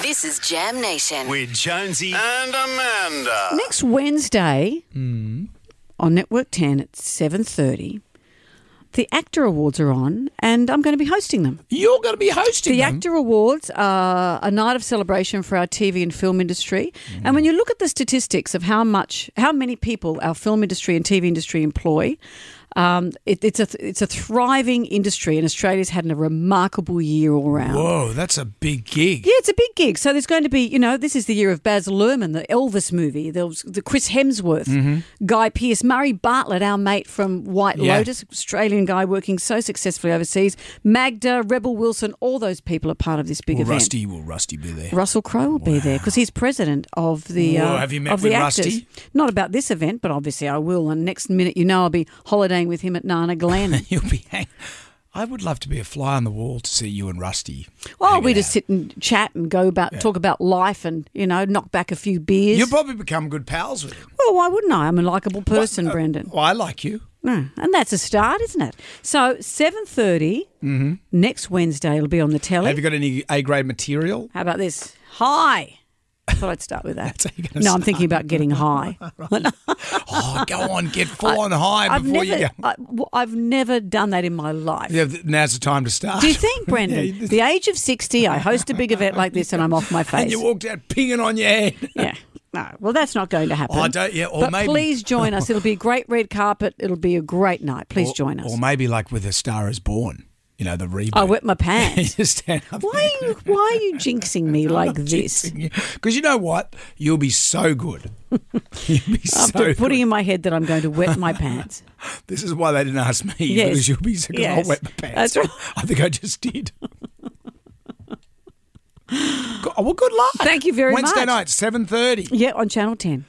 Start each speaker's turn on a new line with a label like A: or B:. A: This is Jam Nation.
B: with Jonesy.
C: Uh,
D: and Amanda.
E: Next Wednesday on Network 10 at 7.30, the Actor Awards are on and I'm going to be hosting them.
C: You're going to be hosting
E: The
C: them.
E: Actor Awards are a night of celebration for our TV and film industry. And when you look at the statistics of how much, how many people our film industry and TV industry employ, um, it, it's a it's a thriving industry, and Australia's had a remarkable year all round.
C: Whoa, that's a big gig.
E: Yeah, it's a big gig. So there's going to be, you know, this is the year of Baz Luhrmann, the Elvis movie. There was the Chris Hemsworth, Guy Pearce, Murray Bartlett, our mate from White
C: Mm-hmm. Yeah.
E: Lotus, Australian guy working so successfully overseas. Magda, Rebel Wilson, all those people are part of this big
C: Will
E: event.
C: Rusty will Rusty be there?
E: Russell Crowe will be there because he's president of the
C: Whoa,
E: uh,
C: have you met
E: of the
C: with
E: actors.
C: Rusty?
E: Not about this event, but obviously I will. And next minute, you know, I'll be holidaying with him at Nana Glen.
C: You'll be. Hang- I would love to be a fly on the wall to see you and Rusty.
E: oh,
C: hanging
E: we just
C: out.
E: sit and chat and go about talk about life and you know knock back a few beers.
C: You'll probably become good pals with him.
E: Well, why wouldn't I? I'm a likable person, Brendan.
C: Well, uh, I like you.
E: No, and that's a start, isn't it? So seven next Wednesday will be on the telly.
C: Mm-hmm. Have you got any A grade material?
E: How about this? Hi. I thought I'd start with that.
C: That's how you're
E: no,
C: gonna
E: I'm thinking about getting high.
C: Oh, go on, get full on high
E: I've
C: before
E: never,
C: you go.
E: I, have never done that in my life.
C: Yeah, th- now's the time to start.
E: Do you think, Brendan?
C: you-
E: the age of sixty, I host a big event like this, and I'm off my
C: and
E: face.
C: you walked out pinging on your head.
E: yeah. No, well, that's not going to happen.
C: Oh, I don't- yeah, or
E: but
C: maybe-
E: please join us. It'll be a great red carpet. It'll be a great night. Please
C: Or-
E: join us. Oh,
C: Or maybe like with A Star Is Born, you know, the reboot.
E: I wet my
C: you
E: pants.
C: just stand up
E: Why are you, why are you jinxing me like this?
C: Because you know what? You'll be so good. You'll be so
E: After
C: good.
E: putting in my head that I'm going to wet my pants.
C: This is why they didn't ask me
E: Yes.
C: because you'll be sick. Yes.
E: Yes.
C: I'll wet my pants.
E: That's right.
C: I think I just did. Go- well, good luck.
E: Thank you very
C: Wednesday
E: much.
C: night, seven thirty.
E: Yeah, on Channel 10.